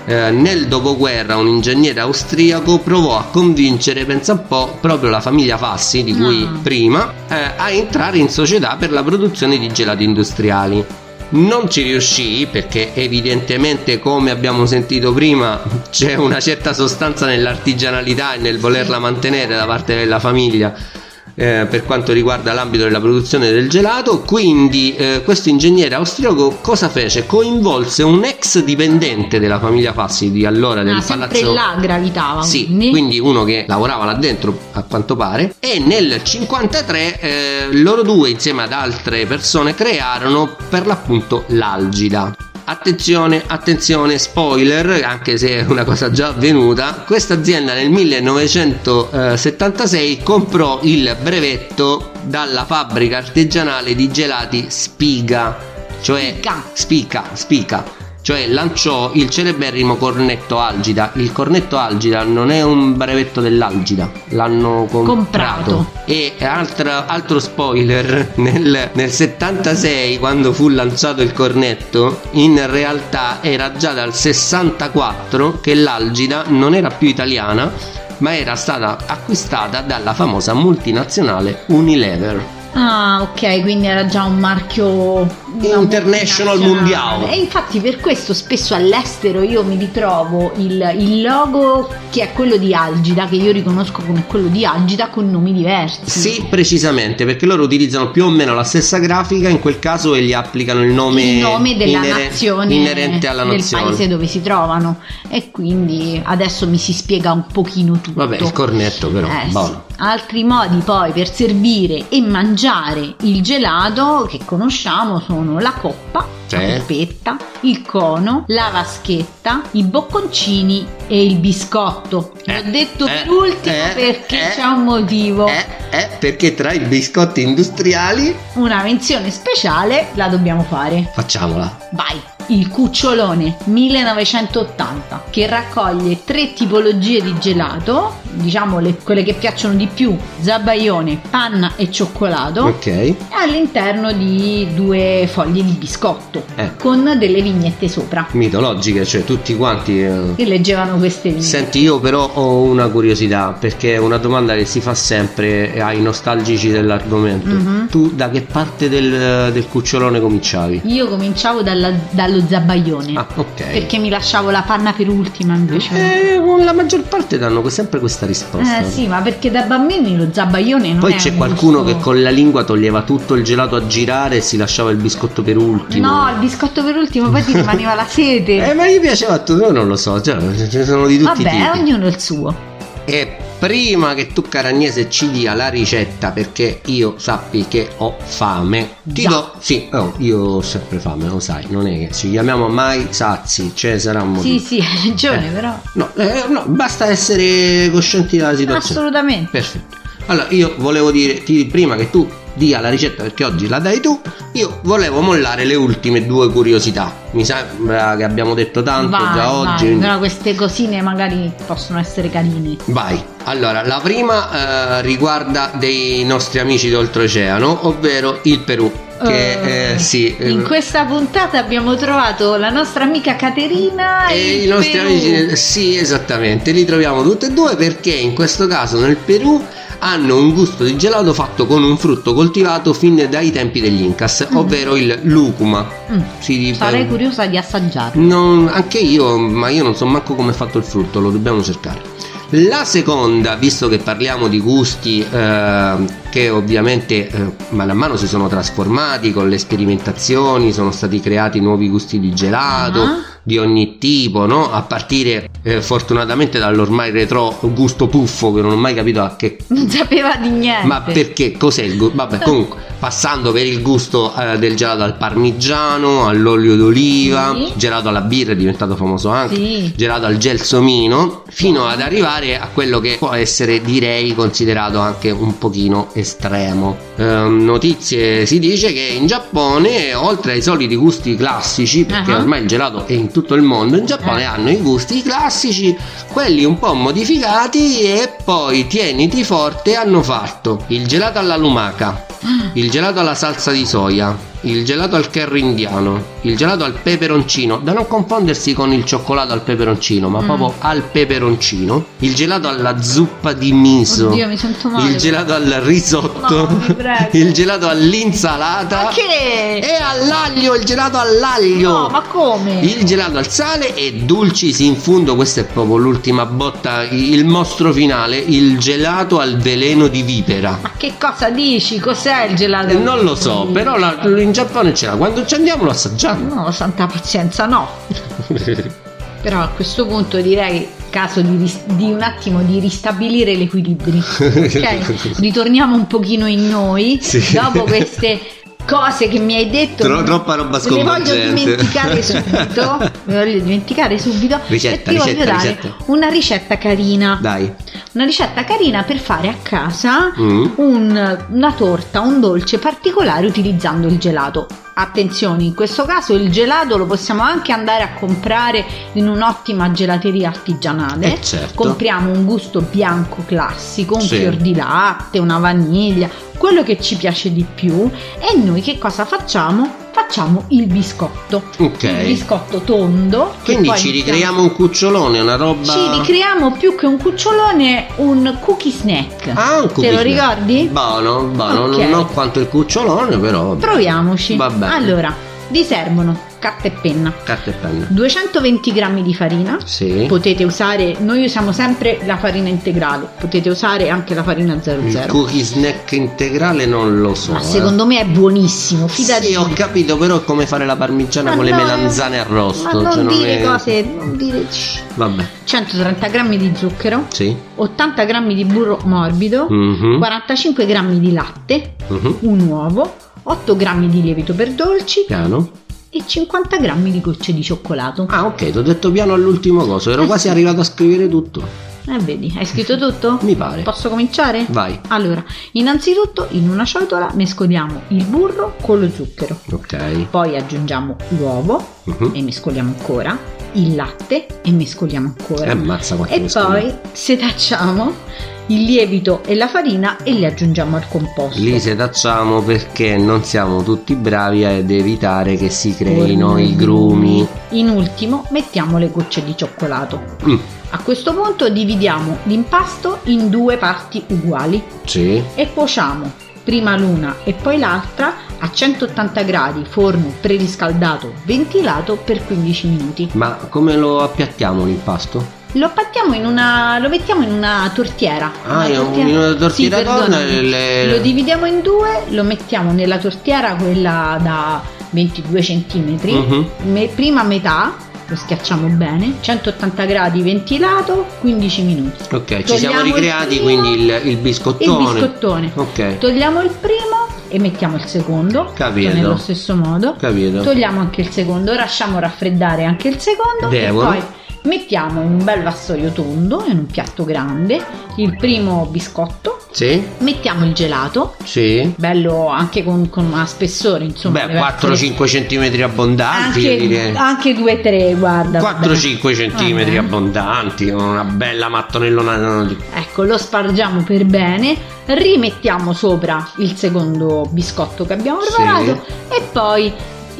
Speaker 2: eh, nel dopoguerra un ingegnere austriaco provò a convincere, pensa un po', proprio la famiglia Fassi, di cui
Speaker 3: Ah.
Speaker 2: prima, eh, a entrare in società per la produzione di gelati industriali. Non ci riuscì perché evidentemente come abbiamo sentito prima c'è una certa sostanza nell'artigianalità e nel volerla mantenere da parte della famiglia eh, per quanto riguarda l'ambito della produzione del gelato, quindi eh, questo ingegnere austriaco cosa fece? Coinvolse un ex dipendente della famiglia Fassi di allora del
Speaker 3: Ah, sempre
Speaker 2: palazzo
Speaker 3: là gravitava.
Speaker 2: sì,
Speaker 3: quindi.
Speaker 2: quindi uno che lavorava là dentro a quanto pare e nel 53 eh, loro due insieme ad altre persone crearono per l'appunto l'Algida. Attenzione, attenzione, spoiler, anche se è una cosa già avvenuta, questa azienda nel 1976 comprò il brevetto dalla fabbrica artigianale di gelati Spiga, cioè
Speaker 3: Spica.
Speaker 2: Spica, Spica. Cioè lanciò il celeberrimo cornetto algida. Il cornetto algida non è un brevetto dell'algida, l'hanno comprato.
Speaker 3: Comprato.
Speaker 2: E altra- altro spoiler, nel, nel 76 quando fu lanciato il cornetto, in realtà era già dal 64 che l'algida non era più italiana, ma era stata acquistata dalla famosa multinazionale Unilever.
Speaker 3: Ah, ok, quindi era già un marchio una
Speaker 2: International
Speaker 3: multinazionale.
Speaker 2: mondiale.
Speaker 3: E infatti per questo spesso all'estero io mi ritrovo il, il logo che è quello di Algida, che io riconosco come quello di Algida con nomi diversi.
Speaker 2: Sì, precisamente, perché loro utilizzano più o meno la stessa grafica, in quel caso e gli applicano il nome,
Speaker 3: il nome della
Speaker 2: inere-
Speaker 3: nazione
Speaker 2: inerente alla
Speaker 3: del
Speaker 2: nazione.
Speaker 3: paese dove si trovano e quindi adesso mi si spiega un pochino tutto.
Speaker 2: Vabbè, il cornetto però,
Speaker 3: Eh, sì.
Speaker 2: buono.
Speaker 3: Altri modi poi per servire e mangiare il gelato che conosciamo sono la coppa la
Speaker 2: Sì.
Speaker 3: polpetta, il cono, la vaschetta, i bocconcini e il biscotto.
Speaker 2: Eh,
Speaker 3: L'ho detto
Speaker 2: eh,
Speaker 3: per ultimo
Speaker 2: eh,
Speaker 3: perché
Speaker 2: eh,
Speaker 3: c'è un motivo.
Speaker 2: Eh, eh, perché tra i biscotti industriali
Speaker 3: Una menzione speciale la dobbiamo fare.
Speaker 2: facciamola.
Speaker 3: Vai! Il Cucciolone 1980 che raccoglie tre tipologie di gelato, diciamo le- quelle che piacciono di più, zabaione, panna e cioccolato,
Speaker 2: Ok. Eh,
Speaker 3: all'interno di due foglie di biscotto
Speaker 2: Eh.
Speaker 3: con delle vignette sopra
Speaker 2: mitologiche, cioè tutti quanti. eh.
Speaker 3: che leggevano queste vignette.
Speaker 2: Senti, io però ho una curiosità, perché è una domanda che si fa sempre ai nostalgici dell'argomento.
Speaker 3: Mhm.
Speaker 2: Tu da che parte del, del cucciolone cominciavi?
Speaker 3: Io cominciavo dalla- dallo zabaione
Speaker 2: Ah, ok.
Speaker 3: perché mi lasciavo la panna per ultima invece.
Speaker 2: Eh, la maggior parte danno sempre questa risposta.
Speaker 3: Eh sì, ma perché da bambini lo zabaione non
Speaker 2: Poi
Speaker 3: è
Speaker 2: c'è
Speaker 3: un
Speaker 2: qualcuno
Speaker 3: gusto-
Speaker 2: che con la lingua toglieva tutto il gelato a girare e si lasciava il biscotto per ultimo.
Speaker 3: No, il biscotto per ultimo, poi ti rimaneva la
Speaker 2: Eh,
Speaker 3: sete.
Speaker 2: ma gli piaceva tutto, io non lo so, cioè, ce ne sono di tutti i
Speaker 3: Vabbè,
Speaker 2: tipi.
Speaker 3: ognuno il suo.
Speaker 2: E prima che tu, cara Agnese, ci dia la ricetta, perché io sappi che ho fame, ti
Speaker 3: Già.
Speaker 2: do. Sì, oh, io ho sempre fame, lo sai, non è che ci chiamiamo mai sazi, ce ne sarà un
Speaker 3: Sì,
Speaker 2: motivo.
Speaker 3: sì, hai ragione,
Speaker 2: Eh,
Speaker 3: però.
Speaker 2: No, eh, no, basta essere coscienti della situazione.
Speaker 3: Assolutamente.
Speaker 2: Perfetto. Allora, io volevo dire, ti- prima che tu dia la ricetta perché oggi la dai tu, io volevo mollare le ultime due curiosità. Mi sembra che abbiamo detto tanto
Speaker 3: Vai,
Speaker 2: già
Speaker 3: vai,
Speaker 2: oggi. quindi-
Speaker 3: Però queste cosine magari possono essere carine.
Speaker 2: Vai. Allora, la prima eh, riguarda dei nostri amici d'oltreoceano, ovvero il Perù. Che
Speaker 3: Eh,
Speaker 2: eh, sì. eh,
Speaker 3: In questa puntata abbiamo trovato la nostra amica Caterina e,
Speaker 2: e
Speaker 3: il
Speaker 2: i nostri
Speaker 3: Perù.
Speaker 2: amici, sì, esattamente, li troviamo tutti e due perché in questo caso nel Perù hanno un gusto di gelato fatto con un frutto coltivato fin dai tempi degli Incas,
Speaker 3: Mm.
Speaker 2: ovvero il lucuma.
Speaker 3: Mm,
Speaker 2: Si dice-
Speaker 3: Sarei curiosa di assaggiarlo.
Speaker 2: Non- anche io, ma io non so manco come è fatto il frutto, lo dobbiamo cercare. La seconda, visto che parliamo di gusti eh, che ovviamente eh, man mano si sono trasformati con le sperimentazioni, sono stati creati nuovi gusti di gelato,
Speaker 3: Ah,
Speaker 2: di ogni tipo, no? A partire eh, fortunatamente dall'ormai retro gusto puffo che non ho mai capito a che
Speaker 3: Non sapeva di niente.
Speaker 2: ma perché cos'è il gusto? Vabbè, comunque, passando per il gusto eh, del gelato al parmigiano, all'olio d'oliva,
Speaker 3: Sì.
Speaker 2: gelato alla birra è diventato famoso anche.
Speaker 3: Sì.
Speaker 2: Gelato al gelsomino fino ad arrivare a quello che può essere direi considerato anche un pochino estremo. Ehm, notizie si dice che in Giappone oltre ai soliti gusti classici perché
Speaker 3: Ah.
Speaker 2: ormai il gelato è in tutto il mondo in Giappone
Speaker 3: Eh.
Speaker 2: hanno i gusti classici quelli un po' modificati e poi tieniti forte hanno fatto il gelato alla lumaca, il gelato alla salsa di soia, il gelato al curry indiano, il gelato al peperoncino, da non confondersi con il cioccolato al peperoncino, ma
Speaker 3: Mm.
Speaker 2: proprio al peperoncino, il gelato alla zuppa di miso,
Speaker 3: Oddio, mi sento male.
Speaker 2: il gelato al risotto,
Speaker 3: No, vi prego.
Speaker 2: il gelato all'insalata
Speaker 3: Ma che?
Speaker 2: e all'aglio, il gelato all'aglio.
Speaker 3: No, ma come?
Speaker 2: Il gelato al sale e dolci si infundo, questa è proprio l'ultima botta, il mostro finale, il gelato al veleno di vipera.
Speaker 3: Ma che cosa dici? Cos'è il gelato?
Speaker 2: Eh, Non lo so, però la- in Giappone c'era, quando ci andiamo lo assaggiamo.
Speaker 3: No, santa pazienza, no. però a questo punto direi caso di, ris- di un attimo di ristabilire gli equilibri. Ok? Ritorniamo un pochino in noi
Speaker 2: Sì.
Speaker 3: dopo queste cose che mi hai detto.
Speaker 2: Tro- troppa roba
Speaker 3: Me Le voglio
Speaker 2: sconvolgente.
Speaker 3: dimenticare subito. Me le voglio dimenticare subito.
Speaker 2: Ricetta,
Speaker 3: e ti voglio
Speaker 2: ricetta,
Speaker 3: dare
Speaker 2: ricetta.
Speaker 3: una ricetta carina.
Speaker 2: Dai.
Speaker 3: Una ricetta carina per fare a casa
Speaker 2: Mm.
Speaker 3: un- una torta, un dolce particolare utilizzando il gelato. Attenzione, in questo caso il gelato lo possiamo anche andare a comprare in un'ottima gelateria artigianale.
Speaker 2: Eh, certo.
Speaker 3: Compriamo un gusto bianco classico, un
Speaker 2: Sì.
Speaker 3: fior di latte, una vaniglia, quello che ci piace di più e noi che cosa facciamo? Facciamo il biscotto. Il
Speaker 2: ok.
Speaker 3: biscotto tondo. che
Speaker 2: Quindi
Speaker 3: poi
Speaker 2: ci
Speaker 3: mettiamo-
Speaker 2: ricreiamo un cucciolone, una roba...
Speaker 3: ci ricreiamo più che un cucciolone un cookie snack.
Speaker 2: Ah,
Speaker 3: Te
Speaker 2: un
Speaker 3: lo
Speaker 2: cookie snack.
Speaker 3: ricordi?
Speaker 2: Buono, buono,
Speaker 3: Ok.
Speaker 2: non ho quanto il cucciolone però... vabbè.
Speaker 3: Proviamoci.
Speaker 2: Va bene.
Speaker 3: Allora, vi servono carta e penna,
Speaker 2: Carta e penna.
Speaker 3: 220 grammi di farina.
Speaker 2: Sì.
Speaker 3: Potete usare, noi usiamo sempre la farina integrale, potete usare anche la farina 00.
Speaker 2: Il cookie snack integrale non lo so.
Speaker 3: Ma
Speaker 2: eh.
Speaker 3: secondo me è buonissimo, fidati.
Speaker 2: Sì, ho capito, però è come fare la parmigiana
Speaker 3: Ma
Speaker 2: con le
Speaker 3: no,
Speaker 2: melanzane arrosto.
Speaker 3: Ma non
Speaker 2: cioè,
Speaker 3: dire
Speaker 2: è-
Speaker 3: cose, non dire... shh.
Speaker 2: Vabbè,
Speaker 3: 130 grammi di zucchero,
Speaker 2: sì.
Speaker 3: 80 grammi di burro morbido,
Speaker 2: Mhm,
Speaker 3: 45 grammi di latte,
Speaker 2: mhm.
Speaker 3: un uovo, 8 grammi di lievito per dolci,
Speaker 2: Piano.
Speaker 3: e 50 g di gocce di cioccolato.
Speaker 2: Ah, ok, ti ho detto piano all'ultimo coso, ero quasi arrivato a scrivere tutto.
Speaker 3: Eh, vedi, hai scritto tutto?
Speaker 2: Mi pare.
Speaker 3: Posso cominciare?
Speaker 2: Vai.
Speaker 3: Allora, innanzitutto in una ciotola mescoliamo il burro con lo zucchero.
Speaker 2: Ok.
Speaker 3: Poi aggiungiamo l'uovo
Speaker 2: Mhm.
Speaker 3: e mescoliamo ancora, il latte e mescoliamo
Speaker 2: Eh,
Speaker 3: ancora.
Speaker 2: ammazza quanto
Speaker 3: e
Speaker 2: mi
Speaker 3: poi setacciamo il lievito e la farina e li aggiungiamo al composto.
Speaker 2: Lì setacciamo perché non siamo tutti bravi ad evitare che si creino i grumi.
Speaker 3: In ultimo mettiamo le gocce di cioccolato.
Speaker 2: Mm,
Speaker 3: A questo punto dividiamo l'impasto in due parti uguali
Speaker 2: sì.
Speaker 3: e cuociamo prima l'una e poi l'altra a 180 gradi forno preriscaldato ventilato per 15 minuti.
Speaker 2: Ma come lo appiattiamo l'impasto?
Speaker 3: Lo pattiamo in una lo mettiamo in una tortiera.
Speaker 2: Ah,
Speaker 3: Una
Speaker 2: è un-
Speaker 3: tortiera-
Speaker 2: in una tortiera
Speaker 3: Sì,
Speaker 2: d'orna
Speaker 3: perdonami.
Speaker 2: le-
Speaker 3: Lo dividiamo in due, lo mettiamo nella tortiera quella da 22 cm,
Speaker 2: Mhm.
Speaker 3: prima metà, lo schiacciamo bene, 180 gradi ventilato, 15 minuti.
Speaker 2: Ok, ci siamo
Speaker 3: Togliamo il
Speaker 2: ricreati
Speaker 3: primo
Speaker 2: quindi il, il
Speaker 3: Il
Speaker 2: biscottone.
Speaker 3: biscottone.
Speaker 2: Ok,
Speaker 3: Togliamo il primo e mettiamo il secondo,
Speaker 2: Capito.
Speaker 3: nello stesso modo.
Speaker 2: capito.
Speaker 3: Togliamo anche il secondo, lasciamo raffreddare anche il secondo
Speaker 2: Devo.
Speaker 3: e poi mettiamo in un bel vassoio tondo, in un piatto grande, il primo biscotto,
Speaker 2: Sì,
Speaker 3: mettiamo il gelato,
Speaker 2: sì.
Speaker 3: bello anche con, con una spessore, insomma.
Speaker 2: Beh,
Speaker 3: deve essere-
Speaker 2: 4-5 centimetri abbondanti, io direi.
Speaker 3: anche, anche 2-3, guarda. vabbè.
Speaker 2: 4-5 centimetri
Speaker 3: Vabbè.
Speaker 2: abbondanti, con una bella mattonellona di
Speaker 3: Ecco, lo spargiamo per bene, rimettiamo sopra il secondo biscotto che abbiamo
Speaker 2: Sì.
Speaker 3: preparato e poi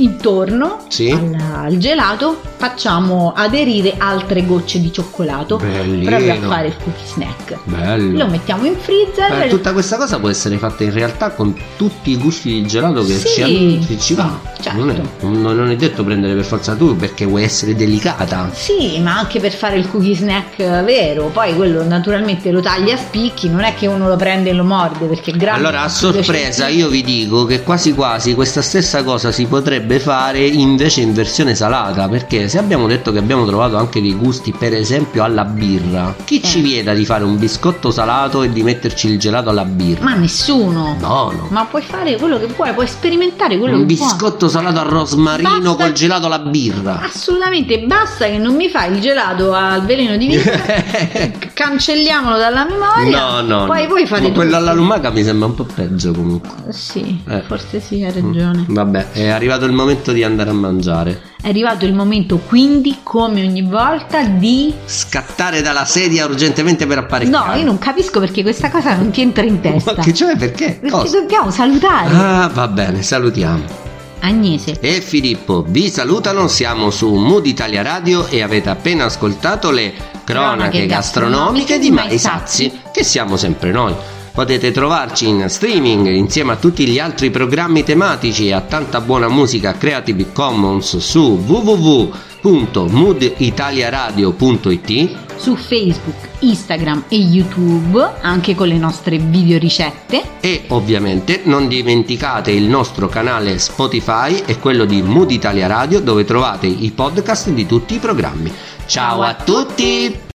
Speaker 3: intorno
Speaker 2: Sì.
Speaker 3: al, al gelato facciamo aderire altre gocce di cioccolato
Speaker 2: Bellino.
Speaker 3: proprio a fare il cookie snack.
Speaker 2: Bello.
Speaker 3: Lo mettiamo in freezer.
Speaker 2: Eh, tutta questa cosa può essere fatta in realtà con tutti i gusti di gelato che
Speaker 3: Sì,
Speaker 2: ci, che ci va.
Speaker 3: sì, certo.
Speaker 2: Non, è, non- non è detto prendere per forza tu perché vuoi essere delicata.
Speaker 3: Sì, ma anche per fare il cookie snack eh, vero, poi quello naturalmente lo taglia a spicchi, non è che uno lo prende e lo morde perché è grande. Cioè,
Speaker 2: Allora, a sorpresa, io vi dico che quasi quasi questa stessa cosa si potrebbe fare invece in versione salata. Perché se abbiamo detto che abbiamo trovato anche dei gusti, per esempio, alla birra, chi
Speaker 3: Eh.
Speaker 2: ci vieta di fare un biscotto salato e di metterci il gelato alla birra?
Speaker 3: Ma nessuno.
Speaker 2: No, no.
Speaker 3: Ma puoi fare quello che vuoi, puoi sperimentare quello
Speaker 2: Un
Speaker 3: che vuoi.
Speaker 2: biscotto salato al rosmarino
Speaker 3: Basta-
Speaker 2: col gelato alla birra.
Speaker 3: Assolutamente, basta che non mi fai il gelato al veleno di vita. Cancelliamolo dalla memoria.
Speaker 2: No, no.
Speaker 3: Poi
Speaker 2: no.
Speaker 3: puoi fare
Speaker 2: Ma
Speaker 3: tutto.
Speaker 2: quello alla lumaca mi sembra un po' peggio comunque.
Speaker 3: Sì,
Speaker 2: Eh.
Speaker 3: forse sì, hai ragione.
Speaker 2: Vabbè, è arrivato il momento di andare a mangiare.
Speaker 3: È arrivato il momento quindi, come ogni volta, di...
Speaker 2: Scattare dalla sedia urgentemente per apparecchiare.
Speaker 3: No, io non capisco perché questa cosa non ti entra in testa.
Speaker 2: Ma che c'è? Perché?
Speaker 3: Perché
Speaker 2: Cosa?
Speaker 3: dobbiamo salutare
Speaker 2: Ah, va bene, salutiamo.
Speaker 3: Agnese.
Speaker 2: E Filippo vi salutano, siamo su Mood Italia Radio e avete appena ascoltato le cronache
Speaker 3: Cronache
Speaker 2: gastronomiche di Mai Sazi, che siamo sempre noi. Potete trovarci in streaming insieme a tutti gli altri programmi tematici e a tanta buona musica Creative Commons su www.mooditaliaradio.it
Speaker 3: Su Facebook, Instagram e YouTube, anche con le nostre videoricette.
Speaker 2: e ovviamente non dimenticate il nostro canale Spotify e quello di Mood Italia Radio dove trovate i podcast di tutti i programmi. Ciao a tutti!